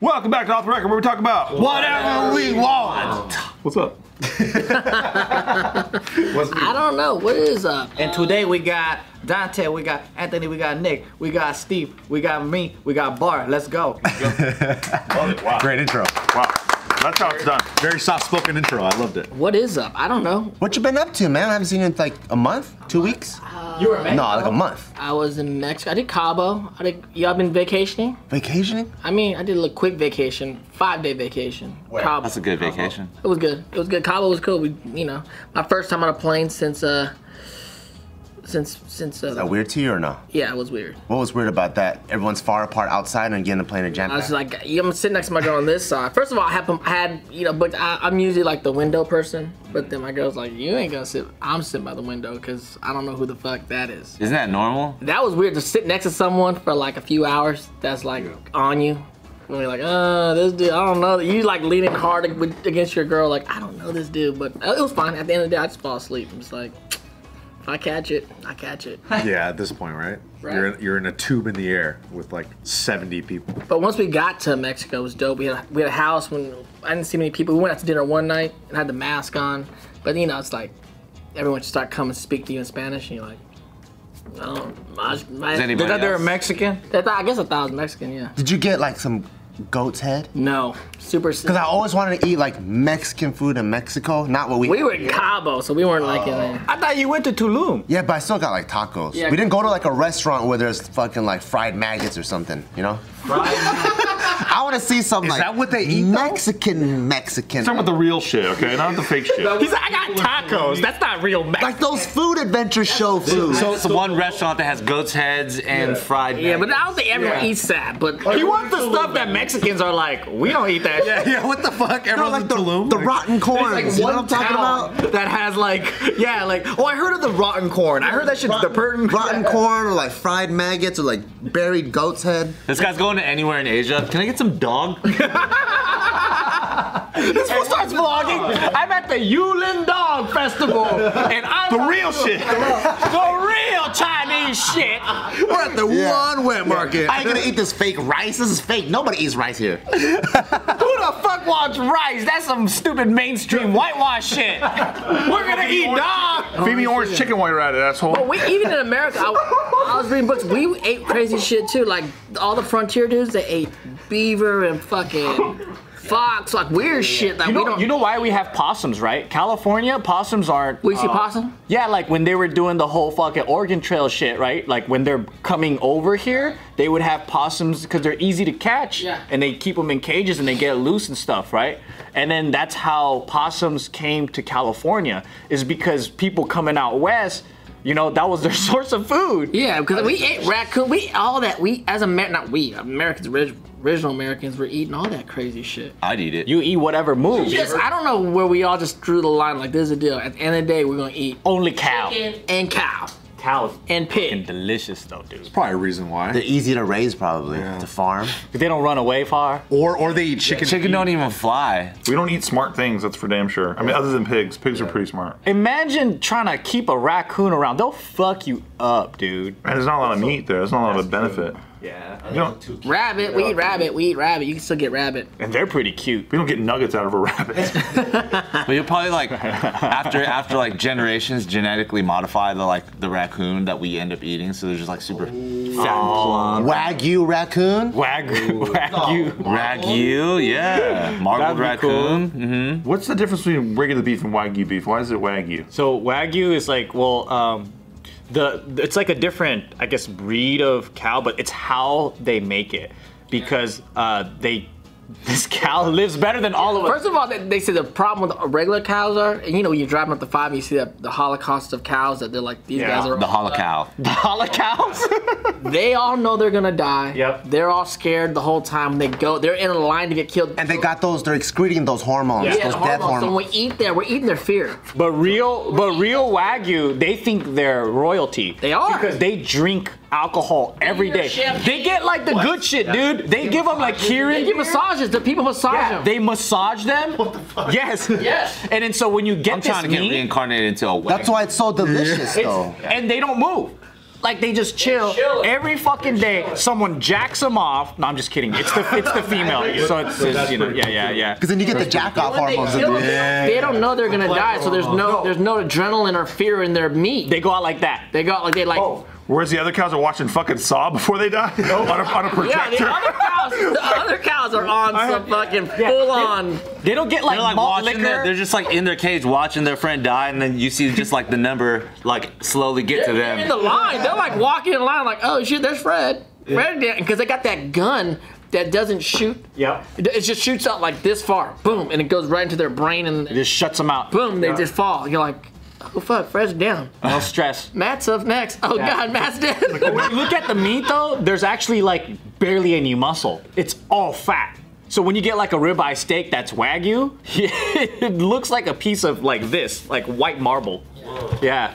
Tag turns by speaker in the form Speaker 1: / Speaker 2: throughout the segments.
Speaker 1: Welcome back to Off the Record, where we talk about
Speaker 2: Whatever we want.
Speaker 1: What's up?
Speaker 3: I don't know. What is up?
Speaker 2: And today we got Dante, we got Anthony, we got Nick, we got Steve, we got me, we got Bart. Let's go.
Speaker 1: Wow.
Speaker 4: Great intro.
Speaker 1: Wow. That's how it's done.
Speaker 4: Very soft spoken intro. I loved it.
Speaker 3: What is up? I don't know.
Speaker 5: What you been up to, man? I haven't seen you in like a month, two weeks.
Speaker 2: You were
Speaker 5: no, like a month.
Speaker 3: I was in Mexico. I did Cabo. I did. Y'all been vacationing?
Speaker 5: Vacationing?
Speaker 3: I mean, I did a little quick vacation, five day vacation. Cabo.
Speaker 4: That's a good vacation.
Speaker 3: It was good. It was good. Cabo was cool. We, you know, my first time on a plane since uh, since since uh,
Speaker 5: That weird to you or no?
Speaker 3: yeah, it was weird.
Speaker 5: What was weird about that? Everyone's far apart outside and getting a plane to jam.
Speaker 3: I was
Speaker 5: pack.
Speaker 3: like, yeah, I'm sitting next to my girl on this side. First of all, I have I had you know, but I, I'm usually like the window person. But then my girl's like, you ain't gonna sit. I'm sitting by the window because I don't know who the fuck that is.
Speaker 4: Isn't that normal?
Speaker 3: That was weird to sit next to someone for like a few hours. That's like on you. And you're like, uh, this dude, I don't know. You like leaning hard ag- with- against your girl, like I don't know this dude, but uh, it was fine. At the end of the day, I just fall asleep. I'm just like, if I catch it, I catch it.
Speaker 4: Yeah, at this point, right?
Speaker 3: Right.
Speaker 4: You're in, you're in a tube in the air with like 70 people.
Speaker 3: But once we got to Mexico, it was dope. We had a, we had a house when I didn't see many people. We went out to dinner one night and had the mask on. But you know, it's like everyone should start coming to speak to you in Spanish, and you're like, oh, my, my,
Speaker 4: anybody-
Speaker 2: That they're Mexican?
Speaker 3: I thought- I guess I thought I was Mexican, yeah.
Speaker 5: Did you get like some goat's head?
Speaker 3: No, super.
Speaker 5: Because I always wanted to eat like Mexican food in Mexico, not what we.
Speaker 3: We were in Cabo, so we weren't like in there.
Speaker 2: I thought you went to Tulum.
Speaker 5: Yeah, but I still got like tacos.
Speaker 3: Yeah.
Speaker 5: We didn't go to like a restaurant where there's fucking like fried maggots or something, you know? I want to see some like
Speaker 4: that what they eat, though?
Speaker 5: Mexican Mexican.
Speaker 1: Talking about the real shit, okay? Not the fake shit.
Speaker 3: He's like, I got tacos. That's not real Mexican.
Speaker 5: like those food adventure show food.
Speaker 4: So it's one restaurant that has goat's heads and fried.
Speaker 3: yeah, but I don't think everyone eats that. But
Speaker 2: He wants the stuff that Mexicans are like, we don't eat that shit.
Speaker 4: yeah, what the fuck?
Speaker 5: No,
Speaker 4: Everyone's
Speaker 5: like
Speaker 4: in
Speaker 5: the,
Speaker 4: Tulum.
Speaker 5: the rotten corn.
Speaker 2: There's
Speaker 5: you know
Speaker 2: like
Speaker 5: what
Speaker 2: one
Speaker 5: I'm talking
Speaker 2: town
Speaker 5: about?
Speaker 2: that has like, yeah, like, oh, I heard of the rotten corn. I heard that shit, the pertin.
Speaker 5: rotten corn or like fried maggots or like buried goat's head.
Speaker 4: This guy's going to anywhere in Asia. Can I get some dog?
Speaker 2: This fool starts vlogging. I'm at the Yulin Dog Festival, and I'm
Speaker 1: The real shit.
Speaker 2: the real Chinese shit.
Speaker 5: We're at the
Speaker 4: Yeah.
Speaker 5: one wet market. I ain't gonna eat this fake rice. This is fake. Nobody eats rice here.
Speaker 2: Who the fuck wants rice? That's some stupid mainstream whitewash shit. We're gonna eat dog.
Speaker 1: Feed me orange chicken while you're at it, asshole.
Speaker 3: Oh, we, even in America, I, I was reading books. We ate crazy shit too. Like all the frontier dudes, they ate beaver and fucking fox, like weird shit that
Speaker 2: You
Speaker 3: we
Speaker 2: know,
Speaker 3: don't.
Speaker 2: you know why we have possums, right? California, possums are.
Speaker 3: we see
Speaker 2: uh,
Speaker 3: possum.
Speaker 2: Yeah, like when they were doing the whole fucking Oregon Trail shit, right? Like when they're coming over here, they would have possums because they're easy to catch,
Speaker 3: Yeah.
Speaker 2: and they keep them in cages and they get loose and stuff, right? And then that's how possums came to California, is because people coming out west, you know, that was their source of food.
Speaker 3: Yeah, because we ate raccoon. We all that. We as Amer not we Americans, orig- original Americans, were eating all that crazy shit.
Speaker 4: I'd eat it.
Speaker 2: You eat whatever moves.
Speaker 3: Yes, I don't know where we all just drew the line. Like there's a deal. At the end of the day, we're gonna eat
Speaker 2: Only cow.
Speaker 3: chicken and cow
Speaker 2: Cows
Speaker 3: and pig.
Speaker 2: delicious though, dude.
Speaker 4: probably a reason why.
Speaker 5: They're easy to raise, probably to farm.
Speaker 2: They don't run away far.
Speaker 4: Or or they eat chicken. Chicken don't even fly.
Speaker 1: We don't eat smart things, that's for damn sure. I mean, other than pigs. Pigs are pretty smart.
Speaker 2: Imagine trying to keep a raccoon around. They'll fuck you up, dude.
Speaker 1: And there's not a lot of meat there. There's not a lot of benefit.
Speaker 2: Yeah.
Speaker 1: You don't,
Speaker 3: Rabbit, we eat rabbit, we eat rabbit. You can still get rabbit.
Speaker 2: And they're pretty cute.
Speaker 1: we don't get nuggets out of a rabbit.
Speaker 4: But you'll probably like after after like generations genetically modify the like the raccoon that we end up eating, so they're just like super fat and plump.
Speaker 5: Wagyu raccoon.
Speaker 2: Wag, wag you.
Speaker 4: Wagyu, yeah, marbled
Speaker 2: That'd be cool.
Speaker 4: raccoon.
Speaker 1: What's the difference between regular beef and wagyu beef? Why is it wagyu?
Speaker 2: So wagyu is like, well, um, the it's like a different, I guess, breed of cow, but it's how they make it because uh, they this cow lives better than all of us.
Speaker 3: First of all, they, they say the problem with regular cows are, and you know, when you're driving up the five, and you see that the Holocaust of cows that they're like these
Speaker 2: Yeah,
Speaker 3: guys are.
Speaker 4: The holocow.
Speaker 2: All the cows.
Speaker 3: they all know they're gonna die.
Speaker 2: Yep.
Speaker 3: They're all scared the whole time. They go. They're in a line to get killed.
Speaker 5: And they got those. They're excreting those hormones.
Speaker 3: yeah,
Speaker 5: Those death
Speaker 3: hormones. So when
Speaker 5: hormones.
Speaker 3: we eat there, we're eating their fear.
Speaker 2: But real, but real wagyu, they think they're royalty.
Speaker 3: They are.
Speaker 2: because they drink alcohol every
Speaker 3: Beer,
Speaker 2: day.
Speaker 3: champagne.
Speaker 2: They get like the good shit, dude. They give them like Keurig.
Speaker 3: They give massages. The people massage
Speaker 2: Yeah,
Speaker 3: them.
Speaker 2: they massage them. What the fuck? Yes.
Speaker 3: Yes.
Speaker 2: And then so when you get
Speaker 4: I'm
Speaker 2: this
Speaker 4: trying to get
Speaker 2: meat,
Speaker 4: reincarnated into a
Speaker 5: That's
Speaker 4: wagyu.
Speaker 5: why it's so delicious,
Speaker 2: it's-
Speaker 5: though.
Speaker 2: and they don't move. like they just chill.
Speaker 3: chilling.
Speaker 2: Every fucking day, someone jacks them off. No, I'm just kidding. It's the it's the female. so it's, it's you know yeah yeah yeah.
Speaker 5: Because then you get the jack off
Speaker 3: When they
Speaker 5: hormones.
Speaker 3: kill
Speaker 5: at the-
Speaker 3: them, They don't know they're gonna die, so there's no there's no adrenaline or fear in their meat.
Speaker 2: They Oh. go out like that.
Speaker 3: They got like they like.
Speaker 1: Whereas the other cows are watching fucking Saw before they die on, a, on a
Speaker 3: Yeah,
Speaker 1: projector.
Speaker 3: the other cows, the other cows are on some fucking full on.
Speaker 2: They don't get like,
Speaker 4: They're like
Speaker 2: malt
Speaker 4: watching
Speaker 2: liquor.
Speaker 4: their, they're just like in their cage watching their friend die, and then you see just like the number like slowly get to
Speaker 3: They're in the
Speaker 4: them.
Speaker 3: line. They're like walking in line, like, oh shit, there's Fred. Fred, because they got that gun that doesn't shoot.
Speaker 2: Yep.
Speaker 3: It it just shoots out like this far, boom, and it goes right into their brain, and
Speaker 2: just shuts them out.
Speaker 3: boom, they just fall. You're like, oh fuck, Fred's down.
Speaker 2: No stress.
Speaker 3: Matt's up next. Oh god, Matt's dead.
Speaker 2: when you look at the meat though, there's actually like barely any muscle. It's all fat. So when you get like a ribeye steak that's wagyu, it looks like a piece of like this, like white marble. Yeah,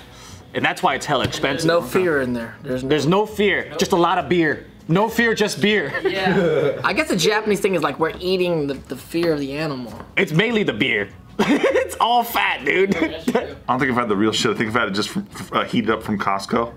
Speaker 2: and that's why it's hella expensive.
Speaker 3: no fear in there. There's no.
Speaker 2: There's no fear, just a lot of beer. No fear, just beer.
Speaker 3: I guess the Japanese thing is like we're eating the, the fear of the animal.
Speaker 2: It's mainly the beer. it's all fat, dude.
Speaker 1: I don't think I've had the real shit. I think I've had it just from, f- uh, heated up from Costco.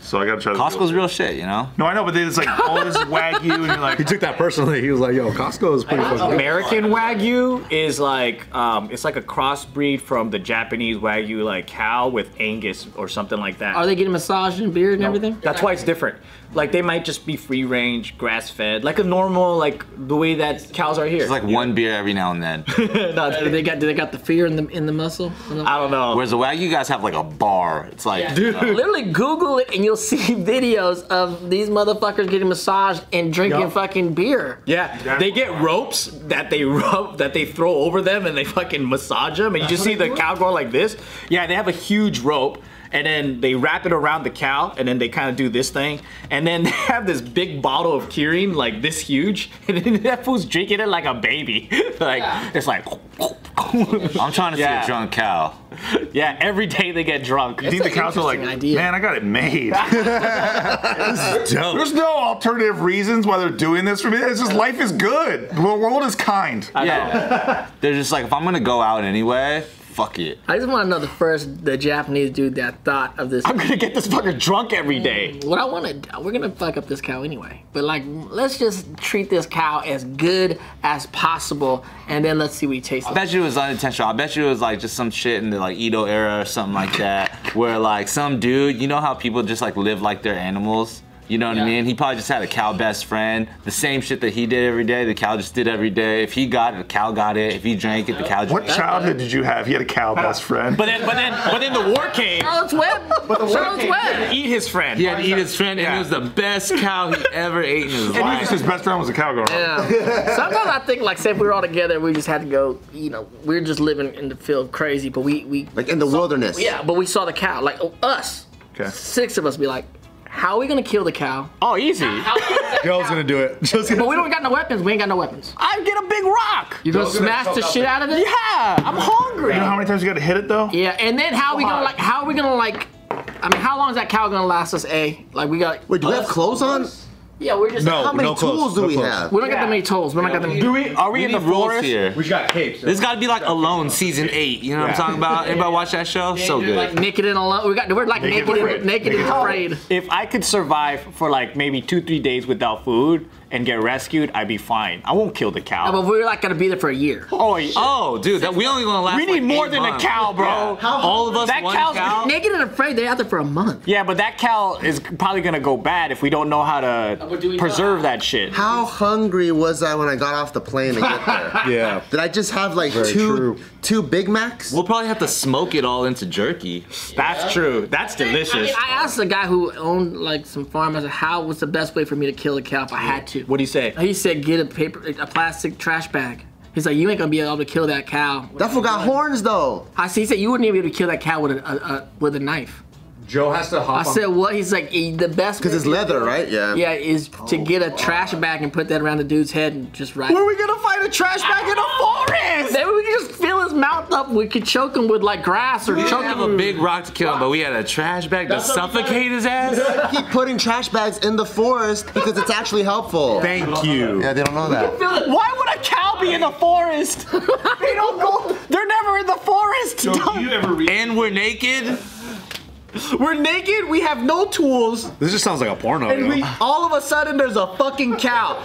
Speaker 1: So I gotta try. the real-
Speaker 4: Costco's real shit, you know.
Speaker 1: No, I know, but then it's like all this wagyu, and you're like,
Speaker 6: He took that personally. He was like, "Yo, Costco is pretty fucking."
Speaker 2: American Wagyu is like um, it's like a crossbreed from the Japanese Wagyu like cow with Angus or something like that.
Speaker 3: Are they getting massaged and beard and everything?
Speaker 2: That's why it's different. Like they might just be free range, grass fed, like a normal like the way that cows are here.
Speaker 4: It's like one beer every now and then.
Speaker 3: Do they got do they got the fear in the in the muscle?
Speaker 2: I don't know.
Speaker 4: Whereas the wagyu guys have like a bar. It's like
Speaker 3: Literally Google it and you'll see videos of these motherfuckers getting massaged and drinking
Speaker 6: Yup.
Speaker 3: fucking beer.
Speaker 2: yeah, they get ropes that they rub that they throw over them and they fucking massage them, and you just see the cow going like this. Yeah, they have a huge rope. And then they wrap it around the cow, and then they kind of do this thing, and then they have this big bottle of Kirin, like this huge, and then that fool's drinking it like a baby, like it's like,
Speaker 4: I'm trying to see
Speaker 2: Yeah.
Speaker 4: a drunk cow.
Speaker 2: yeah. Every day they get drunk.
Speaker 1: I think the cows are like,
Speaker 3: interesting idea.
Speaker 1: man, I got it made. There's no alternative reasons why they're doing this for me. It's just life is good. The world is kind.
Speaker 4: Yeah. They're just like, if I'm gonna go out anyway, fuck it.
Speaker 3: I just want to know the first the Japanese dude that thought of this.
Speaker 2: I'm gonna get this fucker drunk every day.
Speaker 3: What I want to we're gonna fuck up this cow anyway. But like, let's just treat this cow as good as possible, and then let's see what he tastes
Speaker 4: I
Speaker 3: like.
Speaker 4: bet you it was unintentional. I bet you it was like just some shit in the like Edo era or something like that, where like some dude, you know how people just like live like they're animals. You know what
Speaker 3: Yeah.
Speaker 4: I mean? He probably just had a cow best friend. The same shit that he did every day, the cow just did every day. If he got it, the cow got it. If he drank it, the cow drank
Speaker 1: What
Speaker 4: it.
Speaker 1: childhood did you have? He had a cow best friend.
Speaker 2: But then, but then, but then the war came.
Speaker 3: Charlotte's Web. Charlotte's Web.
Speaker 2: Eat his friend.
Speaker 4: He had to eat his friend, and it was the best cow he ever ate in his
Speaker 1: and he
Speaker 4: life.
Speaker 1: just his best friend was a cow girl.
Speaker 3: Yeah. Sometimes I think like, say if we were all together, we just had to go. You know, we're just living in the field crazy, but we we
Speaker 5: Like in the wilderness.
Speaker 3: yeah, but we saw the cow. Like oh, us,
Speaker 1: Okay.
Speaker 3: six of us, be like, how are we gonna kill the cow?
Speaker 2: Oh, easy.
Speaker 6: Joe's gonna do it. Joe's gonna.
Speaker 3: But we don't got no weapons. We ain't got no weapons.
Speaker 2: I get a big rock.
Speaker 3: You gonna smash the shit out of it?
Speaker 2: Yeah, I'm hungry.
Speaker 1: You know how many times you gotta hit it though?
Speaker 3: Yeah, and then how we gonna like? How are we gonna like? I mean, how long is that cow gonna last us? A like we got.
Speaker 5: Wait, do we have clothes on?
Speaker 3: Yeah, we're just.
Speaker 6: No,
Speaker 5: How many
Speaker 6: no
Speaker 5: tools
Speaker 6: clothes,
Speaker 5: do
Speaker 6: no
Speaker 5: we
Speaker 6: clothes.
Speaker 5: have?
Speaker 3: We don't got that many tolls. We don't got that many.
Speaker 2: Do we? Are we, in the
Speaker 4: need rules
Speaker 2: forest?
Speaker 4: here.
Speaker 7: We got capes.
Speaker 4: This got to be like Alone season eight. You know what I'm talking about? Anybody watch that show? So good.
Speaker 3: Like naked and alone. We got. We're like
Speaker 1: Naked
Speaker 3: naked,
Speaker 1: afraid.
Speaker 3: and, naked and
Speaker 1: Naked.
Speaker 3: afraid.
Speaker 2: If I could survive for like maybe two, three days without food and get rescued, I'd be fine. I won't kill the cow.
Speaker 3: But we're like gonna be there for a year.
Speaker 2: oh, yeah.
Speaker 4: Oh, dude, that we only gonna last.
Speaker 2: we need
Speaker 4: like
Speaker 2: more
Speaker 4: eight
Speaker 2: than
Speaker 4: months.
Speaker 2: a cow, bro.
Speaker 4: All of us
Speaker 2: That
Speaker 4: one
Speaker 2: cow's-
Speaker 4: cow.
Speaker 3: Naked and afraid. They're out there for a month.
Speaker 2: Yeah, but that cow is probably gonna go bad if we don't know how
Speaker 3: But do
Speaker 2: to
Speaker 3: we know
Speaker 2: preserve
Speaker 3: how?
Speaker 2: that shit.
Speaker 5: How hungry was I when I got off the plane to get there?
Speaker 6: Yeah.
Speaker 5: Did I just have like
Speaker 6: Very
Speaker 5: two
Speaker 6: true.
Speaker 5: two Big Macs?
Speaker 4: We'll probably have to smoke it all into jerky.
Speaker 2: That's true. That's delicious.
Speaker 3: I mean, I asked the guy who owned like some farm. I said, "How was the best way for me to kill a cow if I had to?"
Speaker 2: what do you say?
Speaker 3: He said, "Get a paper, a plastic trash bag." He's like, "You ain't gonna be able to kill that cow."
Speaker 5: That fool got horns though.
Speaker 3: I said, "He said you wouldn't even be able to kill that cow with a, a, a with a knife."
Speaker 7: Joe has to
Speaker 3: I
Speaker 7: hop on.
Speaker 3: said, "What?" He's like, "Eh, "The best."
Speaker 5: Cause it's
Speaker 3: way-
Speaker 5: leather, right? Yeah.
Speaker 3: Yeah, is to get a trash bag and put that around the dude's head and just ride.
Speaker 2: Oh, Where are we gonna find a trash bag in a forest?
Speaker 3: Then we could just fill his mouth up. We could choke him with like grass or
Speaker 4: We
Speaker 3: choke
Speaker 4: don't
Speaker 3: him.
Speaker 4: have a big rock to kill him, but we had a trash bag to suffocate his ass.
Speaker 5: Keep putting trash bags in the forest because it's actually helpful.
Speaker 1: Thank you.
Speaker 5: Yeah, they don't know that.
Speaker 2: Why would a cow be in the forest? they don't go. They're never in the forest.
Speaker 1: So do you ever read
Speaker 4: And we're naked.
Speaker 3: We're naked. We have no tools,
Speaker 6: This just sounds like a porno.
Speaker 3: and
Speaker 6: yo.
Speaker 3: we all of a sudden there's a fucking cow.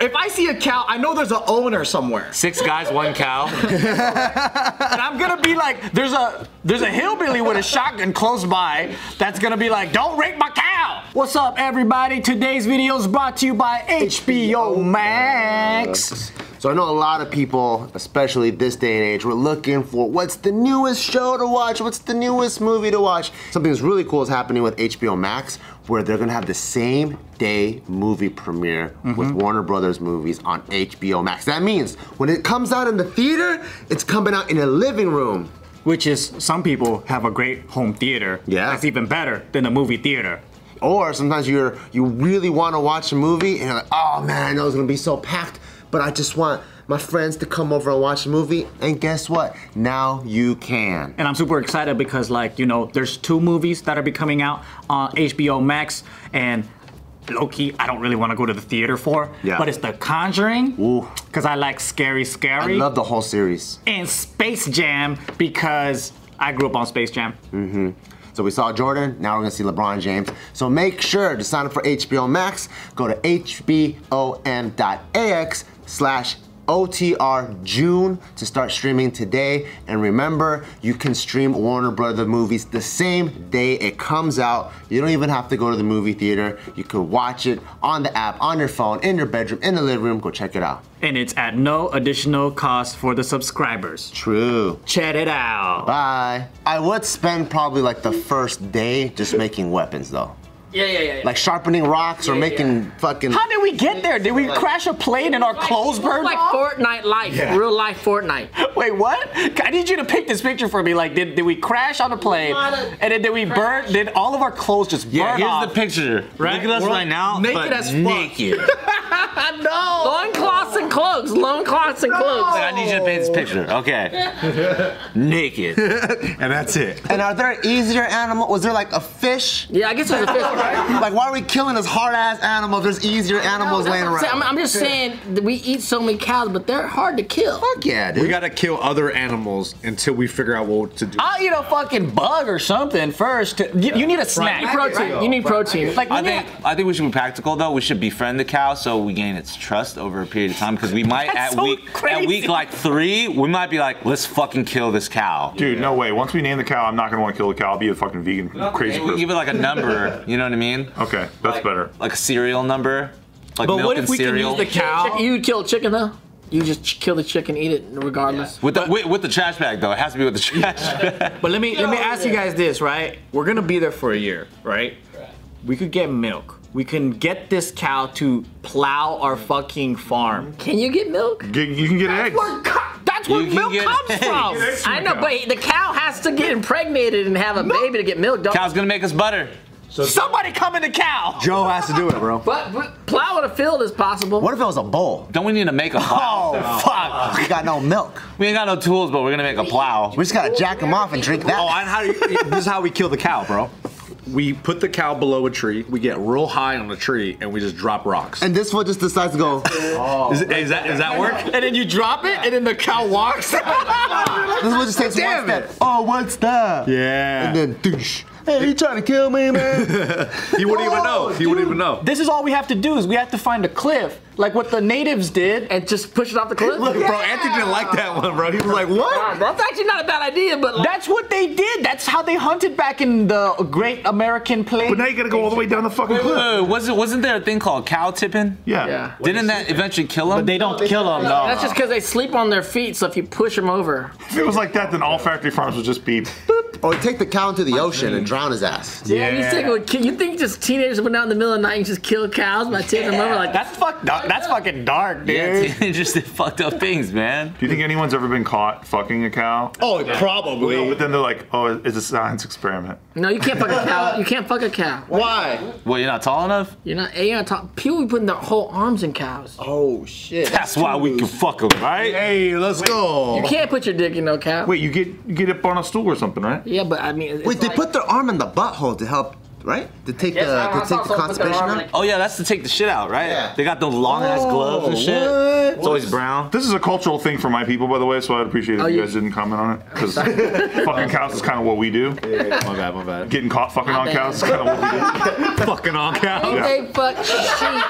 Speaker 3: If I see a cow, I know there's an owner somewhere,
Speaker 2: Six guys, one cow.
Speaker 3: and I'm gonna be like, there's a there's a hillbilly with a shotgun close by that's gonna be like, don't rape my cow. What's up, everybody? Today's video is brought to you by HBO Max.
Speaker 5: So I know a lot of people, especially this day and age, were looking for what's the newest show to watch, what's the newest movie to watch. Something that's really cool is happening with HBO Max, where they're gonna have the same day movie premiere with Warner Brothers movies on HBO Max. That means when it comes out in the theater, it's coming out in a living room.
Speaker 2: Which is, some people have a great home theater.
Speaker 5: Yeah.
Speaker 2: That's even better than a movie theater.
Speaker 5: Or sometimes you're you really want to watch a movie and you're like, oh man, I know it's gonna be so packed, but I just want my friends to come over and watch a movie. And guess what? Now you can.
Speaker 2: and I'm super excited because like you know there's two movies that are be coming out on HBO Max and Loki I don't really want to go to the theater for
Speaker 5: Yeah.
Speaker 2: but it's The Conjuring
Speaker 5: Ooh.
Speaker 2: because I like scary
Speaker 5: I
Speaker 2: scary
Speaker 5: love the whole series.
Speaker 2: and Space Jam because I grew up on Space Jam
Speaker 5: Mm. So we saw Jordan, now we're gonna see LeBron James. So make sure to sign up for HBO Max. Go to hbom.ax slash OTR June to start streaming today. And remember, you can stream Warner Brother movies the same day it comes out. You don't even have to go to the movie theater. You could watch it on the app, on your phone, in your bedroom, in the living room. Go check it out.
Speaker 2: and it's at no additional cost for the subscribers
Speaker 5: True.
Speaker 2: check it out
Speaker 5: Bye. I would spend probably like the first day just making weapons though.
Speaker 3: Yeah, yeah, yeah. yeah.
Speaker 5: like sharpening rocks or
Speaker 3: Yeah,
Speaker 5: making fucking.
Speaker 2: how did we get there did we crash a plane and our clothes burned
Speaker 3: like
Speaker 2: off
Speaker 3: Fortnite life, real life Fortnite.
Speaker 2: Wait, what? I need you to paint this picture for me. Like, did, did we crash on a plane?
Speaker 3: Not a
Speaker 2: And then did we burn? Did all of our clothes just burn off?
Speaker 4: picture.
Speaker 2: Right?
Speaker 4: Look at us
Speaker 2: We're
Speaker 4: right now.
Speaker 3: naked
Speaker 4: but
Speaker 3: as fuck.
Speaker 4: Naked.
Speaker 3: Loincloths and cloaks, loincloths and cloaks.
Speaker 4: I need you to paint this picture. Okay. naked.
Speaker 6: and that's it.
Speaker 5: and are there easier animal? Was there like a fish?
Speaker 3: Yeah, I guess it was a fish.
Speaker 5: Like why are we killing this hard ass animal? if There's easier animals laying
Speaker 3: I'm,
Speaker 5: around.
Speaker 3: saying- I'm- I'm just saying that we eat so many cows, but they're hard to kill.
Speaker 5: Fuck yeah, dude.
Speaker 6: We gotta kill other animals until we figure out what to do.
Speaker 2: I'll eat a fucking bug or something first. To, you, you need a snack.
Speaker 3: You need protein. You need protein. Like,
Speaker 2: Like, we
Speaker 4: I
Speaker 2: need-
Speaker 4: think I think we should be practical though. We should befriend the cow so we gain its trust over a period of time because we might
Speaker 2: That's
Speaker 4: at
Speaker 2: so
Speaker 4: week
Speaker 2: crazy.
Speaker 4: at week like three we might be like let's fucking kill this cow.
Speaker 1: Dude, no way. Once we name the cow, I'm not gonna want to kill the cow. I'll be a fucking vegan crazy
Speaker 4: We
Speaker 1: person.
Speaker 4: give it like a number. You know what I mean?
Speaker 1: Okay, that's better.
Speaker 4: Like a serial number. Like
Speaker 2: but
Speaker 4: milk
Speaker 2: what if
Speaker 4: and
Speaker 2: we can
Speaker 4: cereal.
Speaker 2: use the cow?
Speaker 3: you would kill a chicken though. You just ch- kill the chicken, eat it regardless.
Speaker 4: with the with, with the trash bag though. It has to be with the trash bag.
Speaker 2: But let me let me ask you guys this, right? We're gonna be there for a year, right? We could get milk. We can get this cow to plow our fucking farm.
Speaker 3: Can you get milk?
Speaker 1: Get- you can get eggs.
Speaker 3: Where co- that's where
Speaker 4: You can
Speaker 3: milk
Speaker 4: get
Speaker 3: comes
Speaker 4: eggs.
Speaker 3: from.
Speaker 1: Get eggs from
Speaker 3: I know,
Speaker 1: cows.
Speaker 3: but the cow has to get impregnated and have a baby to get milk. Don't.
Speaker 4: Cow's gonna make us butter.
Speaker 2: Somebody come in the cow.
Speaker 6: Joe has to do it, bro.
Speaker 3: But, but plowing a field is possible.
Speaker 5: What if it was a bowl?
Speaker 4: Don't we need to make a plow?
Speaker 6: Oh,
Speaker 5: fuck. We got no milk.
Speaker 4: We ain't got no tools, but we're gonna make a plow.
Speaker 5: We just gotta jack them off and drink that.
Speaker 6: Oh, and how do you, this is how we kill the cow, bro. We put the cow below a tree. We get real high on the tree, and we just drop rocks.
Speaker 5: and this fool just decides to go.
Speaker 4: Oh.
Speaker 6: is, is that is that work?
Speaker 2: And then you drop it, and then the cow walks.
Speaker 5: This fool just takes
Speaker 6: Damn
Speaker 5: one step. Oh, what's that?
Speaker 6: Yeah.
Speaker 5: And then douche. Hey, you trying to kill me, man?
Speaker 6: he wouldn't even know. He wouldn't even know.
Speaker 2: this is all we have to do is we have to find a cliff, like what the natives did.
Speaker 3: and just push it off the cliff.
Speaker 6: Look, bro, Anthony didn't like that one, bro. He was like, what?
Speaker 3: Wow, that's actually not a bad idea, but like,
Speaker 2: That's what they did. That's how they hunted back in the Great American Plague.
Speaker 1: But now you gotta go all the way down the fucking
Speaker 4: Wait,
Speaker 1: cliff.
Speaker 4: wait, wait, wasn't wasn't there a thing called cow tipping?
Speaker 1: Yeah.
Speaker 3: yeah.
Speaker 4: Didn't that eventually kill him?
Speaker 2: They don't kill them though.
Speaker 3: That's just because they sleep on their feet, so if you push them over,
Speaker 1: If it was like that, then all factory farms would just be.
Speaker 5: or take the cow into the ocean and drown his ass.
Speaker 3: yeah, you think it would ki- you think just teenagers went out in the middle of the night and just killed cows by tipping them over like
Speaker 2: that's fuck. That's fucking dark, dude.
Speaker 4: Yeah, teenagers did fucked up things, man.
Speaker 1: Do you think anyone's ever been caught fucking a cow?
Speaker 6: Oh, probably.
Speaker 1: But then they're like, oh, it's a science experiment.
Speaker 3: No, you can't fuck a cow. You can't fuck a cow.
Speaker 6: Why?
Speaker 4: Well, you're not tall enough.
Speaker 3: You're not. You're not talk- People be putting their whole arms in cows.
Speaker 6: Oh shit.
Speaker 4: That's why we can fuck them, right?
Speaker 6: Hey, let's
Speaker 3: You
Speaker 6: go.
Speaker 3: can't put your dick in no cow.
Speaker 1: Wait, you get you get up on a stool or something, right?
Speaker 3: Yeah, but I mean, it's
Speaker 5: Wait, they
Speaker 3: like-
Speaker 5: put their arm in the butthole to help right? To take
Speaker 3: Yes, I- I
Speaker 5: the to
Speaker 3: saw
Speaker 5: take the
Speaker 3: someone put their
Speaker 5: constipation
Speaker 3: arm
Speaker 5: out.
Speaker 3: like-
Speaker 4: Oh yeah, that's to take the shit out, right?
Speaker 5: Yeah.
Speaker 4: They got those long ass gloves and shit.
Speaker 5: what?
Speaker 4: It's always brown.
Speaker 1: This is a cultural thing for my people, by the way, so I'd appreciate it
Speaker 3: Oh,
Speaker 1: if you
Speaker 3: you-
Speaker 1: guys didn't comment on it. Because fucking cows is kind of what we do.
Speaker 4: My bad, my bad.
Speaker 1: Getting caught fucking on
Speaker 3: bad.
Speaker 1: cows is kind of what we do.
Speaker 6: Fucking on cow.
Speaker 1: Yeah.
Speaker 3: Oh, They fuck sheep.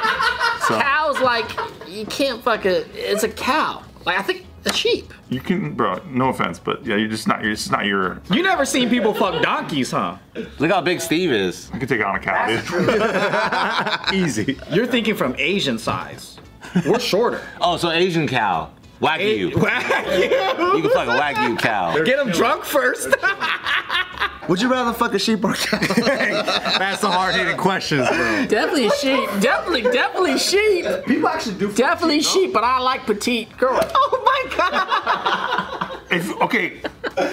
Speaker 3: Cows like you can't fuck a. It's a cow. Like I think a sheep.
Speaker 1: You can, bro, no offense, but yeah, you're just not, you're, it's not your,
Speaker 2: You never seen people fuck donkeys, huh?
Speaker 4: Look how big Steve is.
Speaker 1: you can take on a cow, dude.
Speaker 6: Easy.
Speaker 2: You're thinking from Asian size. We're shorter.
Speaker 4: Oh, so Asian cow. Wagyu. You can fuck a Wagyu cow.
Speaker 2: Get them drunk first.
Speaker 5: Would you rather fuck a sheep or a cow?
Speaker 6: That's the hard hitting questions, bro.
Speaker 3: Definitely a sheep. Definitely, definitely sheep.
Speaker 7: People actually do.
Speaker 3: Definitely sheep. But I like petite girls. Oh my god,
Speaker 1: If, okay,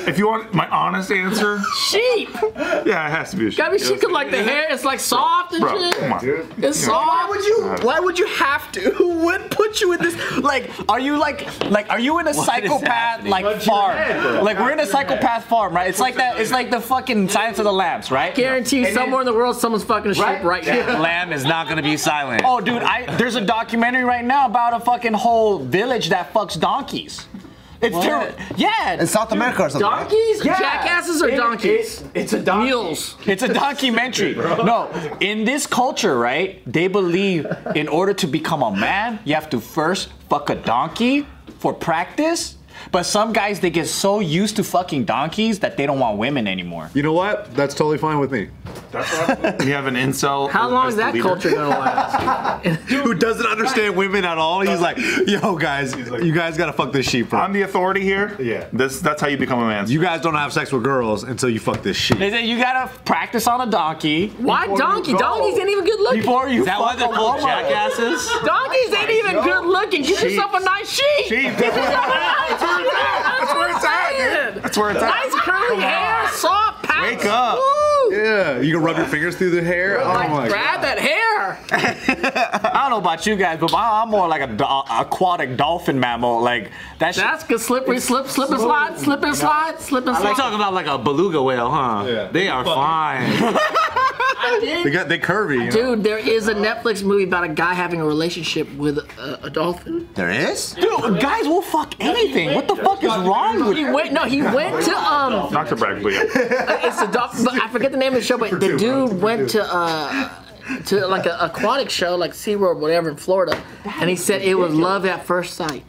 Speaker 1: if you want my honest answer,
Speaker 3: sheep.
Speaker 1: yeah, it has to be a sheep.
Speaker 3: Gotta be
Speaker 1: Yeah,
Speaker 3: sheep
Speaker 1: it's-
Speaker 3: 'cause, like the hair. It's like soft and
Speaker 1: Bro,
Speaker 3: shit.
Speaker 1: come on.
Speaker 3: It's
Speaker 7: Why
Speaker 3: soft.
Speaker 7: would you?
Speaker 2: Why would you have to? Who would put you in this? Like, are you like, like, are you in a psychopath
Speaker 4: happening?
Speaker 2: like farm? like, we're in a psychopath farm, right? It's like that. It's like the fucking Science of the Lambs, right?
Speaker 3: Guarantee somewhere in the world someone's fucking a sheep right, now.
Speaker 4: Lamb is not gonna be silent.
Speaker 2: Oh, dude, I there's a documentary right now about a fucking whole village that fucks donkeys. It's terrible. Yeah.
Speaker 5: In South America or something? right?
Speaker 3: Donkeys?
Speaker 2: Yeah.
Speaker 3: Jackasses or
Speaker 2: It-
Speaker 3: donkeys?
Speaker 2: it- it's a donkey.
Speaker 3: Mules.
Speaker 2: It's a documentary. no, in this culture, right? They believe in order to become a man, you have to first fuck a donkey for practice. But some guys, they get so used to fucking donkeys that they don't want women anymore.
Speaker 6: You know what? That's totally fine with me.
Speaker 1: You have an incel.
Speaker 3: How
Speaker 1: as-
Speaker 3: long
Speaker 1: as
Speaker 3: is
Speaker 1: the
Speaker 3: that
Speaker 1: leader.
Speaker 3: culture gonna last?
Speaker 6: Who doesn't understand women at all? He's like, yo, guys, you guys gotta fuck this sheep, bro.
Speaker 1: I'm the authority here.
Speaker 6: Yeah.
Speaker 1: This, that's how you become a man.
Speaker 6: You guys don't have sex with girls until you fuck this sheep.
Speaker 2: They say you gotta practice on a donkey
Speaker 3: Why donkey? Donkeys ain't even good looking.
Speaker 2: before you
Speaker 4: is that why
Speaker 2: fuck
Speaker 4: they're
Speaker 2: a
Speaker 4: called
Speaker 2: woman.
Speaker 4: jackasses?
Speaker 3: Donkeys ain't even good looking. Get yourself a nice sheep.
Speaker 1: Sheep. That's where it's at. That's where it's at, dude. That's where it's at.
Speaker 3: Nice curly hair, soft pouch.
Speaker 1: Wake up. Oh
Speaker 3: Woo.
Speaker 6: Yeah, you can rub your fingers through the hair. Oh
Speaker 3: Like,
Speaker 6: my god.
Speaker 3: grab that hair.
Speaker 2: I don't know about you guys, but my, I'm more like a do- aquatic dolphin mammal. Like that shit.
Speaker 3: That's good. Slippery slip, slip and slide, slip and slide, slip and
Speaker 4: We're
Speaker 3: slide.
Speaker 4: talking about like a beluga whale, huh?
Speaker 6: Yeah.
Speaker 4: They are fine.
Speaker 3: I did.
Speaker 6: They got they curvy. You know?
Speaker 3: Dude, there is a Netflix movie about a guy having a relationship with a, a dolphin.
Speaker 5: There is?
Speaker 2: Dude, guys will fuck anything. What the fuck is wrong with
Speaker 3: He went. No, he went to um.
Speaker 1: Not to brag, but yeah.
Speaker 3: It's a dolphin. But I forget the name of the show. But the dude went to uh to like an aquatic show, like SeaWorld, whatever, in Florida, and he said it was love at first sight.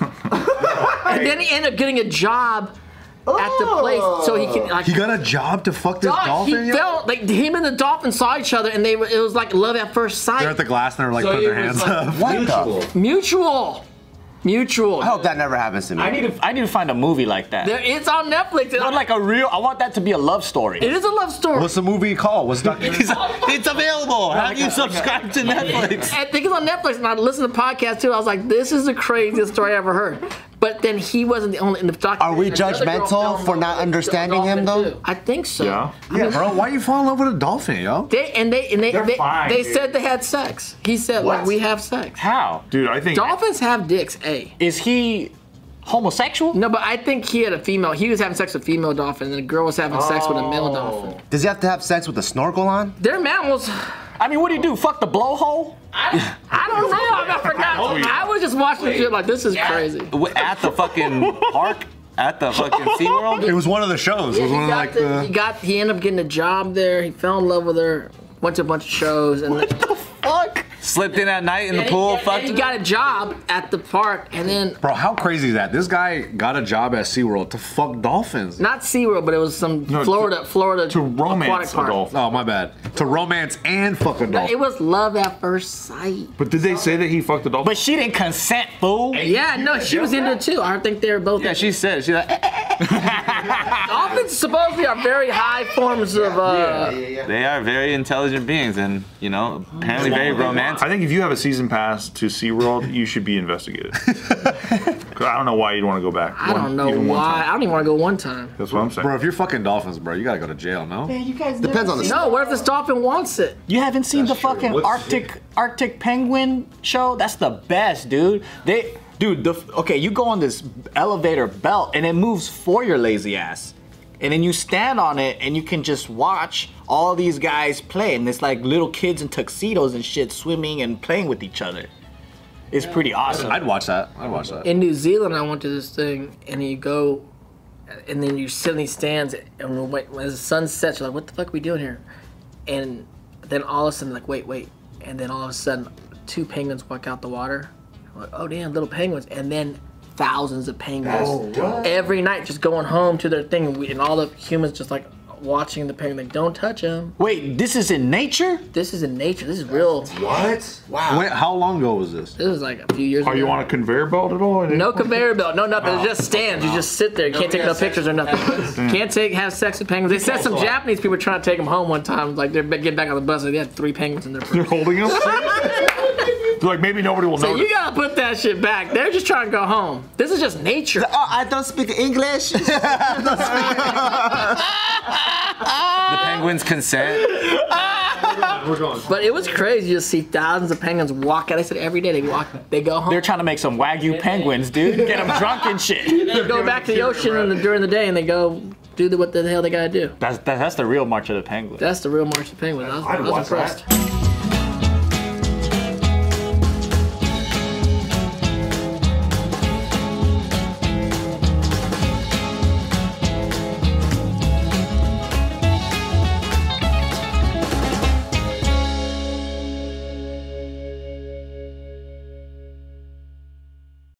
Speaker 3: and then he ended up getting a job at the place, so he can like.
Speaker 6: He got a job to fuck this
Speaker 3: Dog,
Speaker 6: dolphin.
Speaker 3: he
Speaker 6: yo?
Speaker 3: felt like him and the dolphin saw each other, and they were, it was like love at first sight.
Speaker 6: They're at the glass and they're like putting their hands up. Oh.
Speaker 5: What the?
Speaker 3: mutual, mutual.
Speaker 5: I hope that never happens to me.
Speaker 2: I need to I need to find a movie like that.
Speaker 3: There, it's on Netflix.
Speaker 2: Not like a real. I want that to be a love story.
Speaker 3: It is a love story.
Speaker 6: What's the movie called? What's Duck?
Speaker 4: it's available. Have you subscribed to Netflix?
Speaker 3: I think it's on Netflix, and I listened to podcasts too. I was like, this is the craziest story I ever heard. But then he wasn't the only in the documentary.
Speaker 5: Are we
Speaker 3: another girl
Speaker 5: judgmental
Speaker 3: fell in
Speaker 5: for
Speaker 3: love
Speaker 5: not
Speaker 3: with a
Speaker 5: understanding him,
Speaker 3: dolphin,
Speaker 5: though?
Speaker 3: too. I think so.
Speaker 1: Yeah.
Speaker 6: Yeah, bro. Why you fall in love with a dolphin, yo?
Speaker 3: They and they and they
Speaker 1: They're
Speaker 3: they,
Speaker 1: fine,
Speaker 3: they
Speaker 1: dude.
Speaker 3: said they had sex. He said like
Speaker 5: What?
Speaker 3: we have sex.
Speaker 2: How
Speaker 1: Dude, I think.
Speaker 3: Dolphins have dicks, a.
Speaker 2: is he homosexual?
Speaker 3: No, but I think he had a female. He was having sex with a female dolphin, and the girl was having sex with a male
Speaker 1: Oh.
Speaker 3: dolphin.
Speaker 5: Does he have to have sex with a snorkel on?
Speaker 3: They're mammals.
Speaker 2: I mean, what do you do? Fuck the blowhole?
Speaker 3: I, I don't know. I forgot. I was just watching the shit like this is crazy.
Speaker 4: W- At the fucking park? At the fucking SeaWorld?
Speaker 6: It was one of the shows. It
Speaker 3: Yeah,
Speaker 6: was
Speaker 3: he,
Speaker 6: one of
Speaker 3: got
Speaker 6: like
Speaker 3: the-
Speaker 6: the.
Speaker 3: he got he ended up getting a job there. He fell in love with her. Went to a bunch of shows and
Speaker 2: Fuck.
Speaker 4: Slept in at night in the
Speaker 3: And
Speaker 4: pool,
Speaker 3: he,
Speaker 4: fucked
Speaker 3: and he got a job at the park and then
Speaker 6: Bro, how crazy is that? This guy got a job at SeaWorld to fuck dolphins.
Speaker 3: not SeaWorld, but it was some
Speaker 1: No,
Speaker 3: Florida Florida
Speaker 1: To romance
Speaker 3: aquatic
Speaker 1: a
Speaker 3: park.
Speaker 1: dolphin.
Speaker 6: Oh, my bad. To romance and fuck a
Speaker 3: It
Speaker 6: dolphin.
Speaker 3: was love at first sight.
Speaker 1: But did they say that he fucked a dolphin?
Speaker 2: But she didn't consent, fool.
Speaker 3: Yeah, no, she was into it too. I think they were both.
Speaker 4: Yeah, she said, she's like, "Eh, eh,
Speaker 3: Dolphins supposedly are very high forms of. Uh,
Speaker 4: eh." they are very intelligent beings and, you know, apparently very romantic.
Speaker 1: I think if you have a season pass to SeaWorld, you should be investigated. 'Cause I don't know why you'd want to go back.
Speaker 3: I
Speaker 1: one-
Speaker 3: don't know
Speaker 1: even one
Speaker 3: why.
Speaker 1: time.
Speaker 3: I don't even want to go one time.
Speaker 1: That's what I'm saying.
Speaker 6: Bro, if you're fucking dolphins, bro, you gotta go to jail, no?
Speaker 5: Depends on the.
Speaker 3: No, what if this dolphin wants it?
Speaker 2: You haven't seen the fucking
Speaker 6: What's-
Speaker 2: Arctic Arctic Penguin show? That's the best, dude. They dude, the okay, you go on this elevator belt and it moves for your lazy ass. and then you stand on it and you can just watch all these guys play, and it's like little kids in tuxedos and shit swimming and playing with each other. It's pretty awesome.
Speaker 6: I'd watch that. I'd watch that.
Speaker 3: in New Zealand, I went to this thing, and you go, and then you suddenly stands, and when when the sun sets, you're like, "What the fuck are we doing here?" And then all of a sudden, like, wait, wait, and then all of a sudden, two penguins walk out the water. I'm like, oh damn, little penguins, and then thousands of penguins every night just going home to their thing, and, we, and all the humans just like watching the penguin, like, don't touch them.
Speaker 2: Wait, this is in nature?
Speaker 3: This is in nature. This is real.
Speaker 5: What? Wow.
Speaker 6: Wait, how long ago was this?
Speaker 3: This is like a few years.
Speaker 1: Are you
Speaker 3: ago.
Speaker 1: on a conveyor belt at all?
Speaker 3: No conveyor belt, no nothing. It just stands. You just sit there. You can't take no pictures or nothing. Can't take have sex with penguins. They said some Japanese people were trying to take them home one time. Like they're getting back on the bus and they had three penguins in their.
Speaker 1: They're holding them. They're like maybe nobody will
Speaker 3: So
Speaker 1: notice.
Speaker 3: you gotta put that shit back. They're just trying to go home. This is just nature.
Speaker 5: Oh, I don't speak English.
Speaker 4: The penguins consent.
Speaker 3: But it was crazy. You just see thousands of penguins walk out. They said every day they walk, they go home.
Speaker 2: They're trying to make some wagyu penguins, dude. Get them drunk and shit.
Speaker 3: They go back to the ocean in the, during the day and they go do the, what the hell they gotta do.
Speaker 2: That's that's the real march of the penguins.
Speaker 3: That's the real Martian penguin. I was, I was impressed.